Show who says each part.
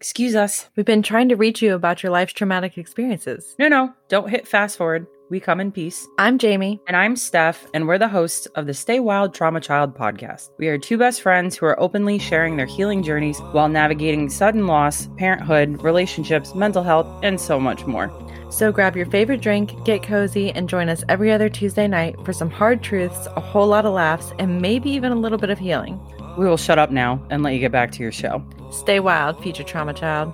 Speaker 1: Excuse us.
Speaker 2: We've been trying to reach you about your life's traumatic experiences.
Speaker 1: No, no, don't hit fast forward. We come in peace.
Speaker 2: I'm Jamie.
Speaker 1: And I'm Steph, and we're the hosts of the Stay Wild Trauma Child podcast. We are two best friends who are openly sharing their healing journeys while navigating sudden loss, parenthood, relationships, mental health, and so much more.
Speaker 2: So grab your favorite drink, get cozy, and join us every other Tuesday night for some hard truths, a whole lot of laughs, and maybe even a little bit of healing.
Speaker 1: We will shut up now and let you get back to your show.
Speaker 2: Stay wild, future trauma child.